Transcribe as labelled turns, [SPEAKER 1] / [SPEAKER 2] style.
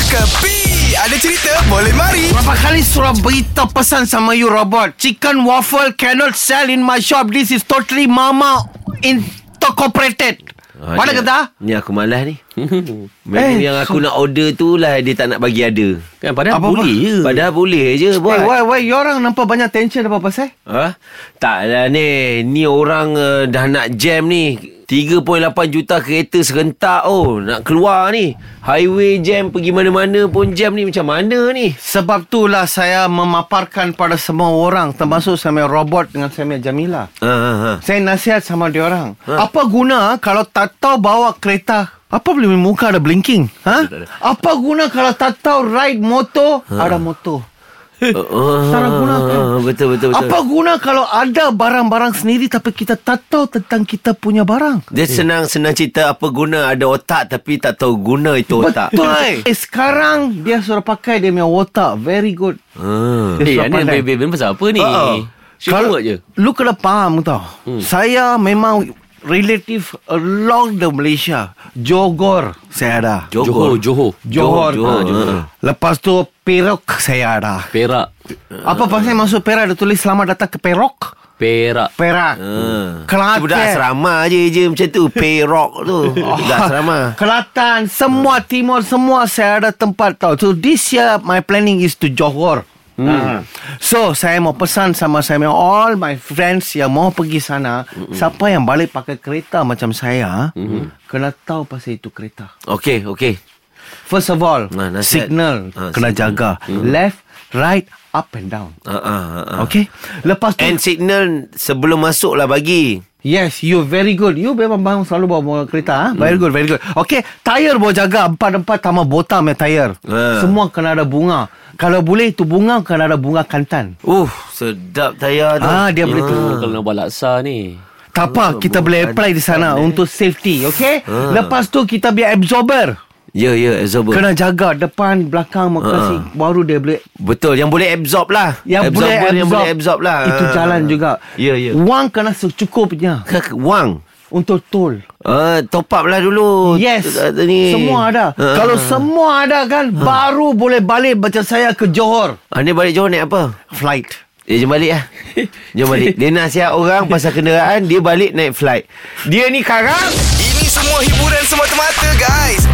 [SPEAKER 1] Kepi Ada cerita boleh mari
[SPEAKER 2] Berapa kali surah berita pesan sama you robot Chicken waffle cannot sell in my shop This is totally mama incorporated
[SPEAKER 3] Ah,
[SPEAKER 2] Mana
[SPEAKER 3] ni-
[SPEAKER 2] kata?
[SPEAKER 3] Ni aku malas ni Menu
[SPEAKER 2] Eh.
[SPEAKER 3] yang aku nak order tu lah Dia tak nak bagi ada
[SPEAKER 4] Kan padahal
[SPEAKER 2] Apa-apa?
[SPEAKER 4] boleh je.
[SPEAKER 3] Padahal boleh je
[SPEAKER 2] Why,
[SPEAKER 3] buat
[SPEAKER 2] why, why? You orang nampak banyak tension apa pasal?
[SPEAKER 3] Ha? Tak lah ni Ni orang uh, dah nak jam ni 3.8 juta kereta serentak oh Nak keluar ni Highway jam Pergi mana-mana pun jam ni Macam mana ni
[SPEAKER 2] Sebab itulah saya memaparkan pada semua orang Termasuk sama robot dengan sama Jamila
[SPEAKER 3] ha, ha, ha.
[SPEAKER 2] Saya nasihat sama dia orang.
[SPEAKER 3] Ha.
[SPEAKER 2] Ha. Apa guna kalau tak tahu bawa kereta? Apa boleh muka ada blinking? Ha? Apa guna kalau tak tahu ride motor? Ha. Oh, Ada motor. Sarah gunakan.
[SPEAKER 3] Ah, Betul betul betul
[SPEAKER 2] kan? Apa guna kalau ada barang-barang sendiri tapi kita tak tahu tentang kita punya barang?
[SPEAKER 3] Dia senang senang cerita apa guna ada otak tapi tak tahu guna itu otak. Ah.
[SPEAKER 2] Betul eh. eh sekarang dia suruh pakai dia punya otak. Very good.
[SPEAKER 3] Ah.
[SPEAKER 2] Dia
[SPEAKER 4] Eh,
[SPEAKER 2] suruh
[SPEAKER 4] Anin
[SPEAKER 2] pandai.
[SPEAKER 4] baby baby pasal apa
[SPEAKER 2] Ha,
[SPEAKER 4] ni?
[SPEAKER 3] Ha-ha.
[SPEAKER 4] Kalau je.
[SPEAKER 2] Lu kena faham tau hmm. Saya memang Relative Along the Malaysia Johor Saya ada
[SPEAKER 4] Johor, Johor.
[SPEAKER 2] Johor, Ah,
[SPEAKER 3] Johor, Ah,
[SPEAKER 2] Johor.
[SPEAKER 3] Johor.
[SPEAKER 2] Lepas tu Perok saya ada
[SPEAKER 4] Perak.
[SPEAKER 2] Apa pasal masuk Perak Dia tulis selamat datang ke Perok
[SPEAKER 4] Perak.
[SPEAKER 2] Perak
[SPEAKER 3] Ah.
[SPEAKER 2] Kelantan
[SPEAKER 3] Tu Budak asrama je je macam tu Payrok tu Budak asrama Ah.
[SPEAKER 2] Kelantan Semua timur Semua saya ada tempat tau So this year My planning is to Johor Hmm. So saya mau pesan sama saya punya all my friends yang mau pergi sana,
[SPEAKER 3] Hmm.
[SPEAKER 2] mm siapa yang balik pakai kereta macam saya, mm kena tahu pasal itu kereta.
[SPEAKER 3] Okay okay
[SPEAKER 2] First of all,
[SPEAKER 3] Nah, nasihat.
[SPEAKER 2] signal
[SPEAKER 3] Ah,
[SPEAKER 2] kena
[SPEAKER 3] signal.
[SPEAKER 2] jaga. Left, right, up and down.
[SPEAKER 3] uh, uh, uh.
[SPEAKER 2] Okay? Lepas tu
[SPEAKER 3] And signal sebelum masuk lah bagi
[SPEAKER 2] Yes, you very good. You memang bang selalu bawa bawa kereta. Ha? Very
[SPEAKER 3] Hmm.
[SPEAKER 2] good, very good. Okay, tayar bawa jaga. Empat-empat tambah botam ya tayar.
[SPEAKER 3] Ah.
[SPEAKER 2] Semua kena ada bunga. Kalau boleh itu bunga kena ada bunga kantan.
[SPEAKER 3] Uh sedap tayar tu
[SPEAKER 2] Ah, dia boleh
[SPEAKER 4] Itu
[SPEAKER 2] tu.
[SPEAKER 4] kalau nak buat laksa ni.
[SPEAKER 2] Tak
[SPEAKER 3] Ah,
[SPEAKER 2] apa, kita boleh apply di sana untuk safety, okay? Lepas tu kita biar absorber.
[SPEAKER 3] Ya ya absorber
[SPEAKER 2] Kena jaga depan,
[SPEAKER 3] Ah.
[SPEAKER 2] belakang, makasih. Baru dia boleh
[SPEAKER 3] Betul yang boleh absorb lah
[SPEAKER 2] yang
[SPEAKER 3] Absorber
[SPEAKER 2] boleh absorb,
[SPEAKER 3] Yang boleh absorb lah
[SPEAKER 2] Itu
[SPEAKER 3] Ah.
[SPEAKER 2] jalan juga. Uh.
[SPEAKER 3] Ya ya
[SPEAKER 2] Wang kena secukupnya
[SPEAKER 3] Kak- Wang
[SPEAKER 2] untuk tol.
[SPEAKER 3] uh, Top up lah dulu
[SPEAKER 2] Yes
[SPEAKER 3] Ah, ni.
[SPEAKER 2] Semua ada
[SPEAKER 3] Ah.
[SPEAKER 2] Kalau semua ada kan
[SPEAKER 3] Ha.
[SPEAKER 2] Baru boleh balik Macam saya ke Johor
[SPEAKER 3] Ani ah. balik Johor naik apa?
[SPEAKER 2] Flight
[SPEAKER 3] Eh, jom balik lah. Jom balik. Dia nasihat orang pasal kenderaan, dia balik naik flight. Dia ni karang.
[SPEAKER 1] Ini semua hiburan semata-mata guys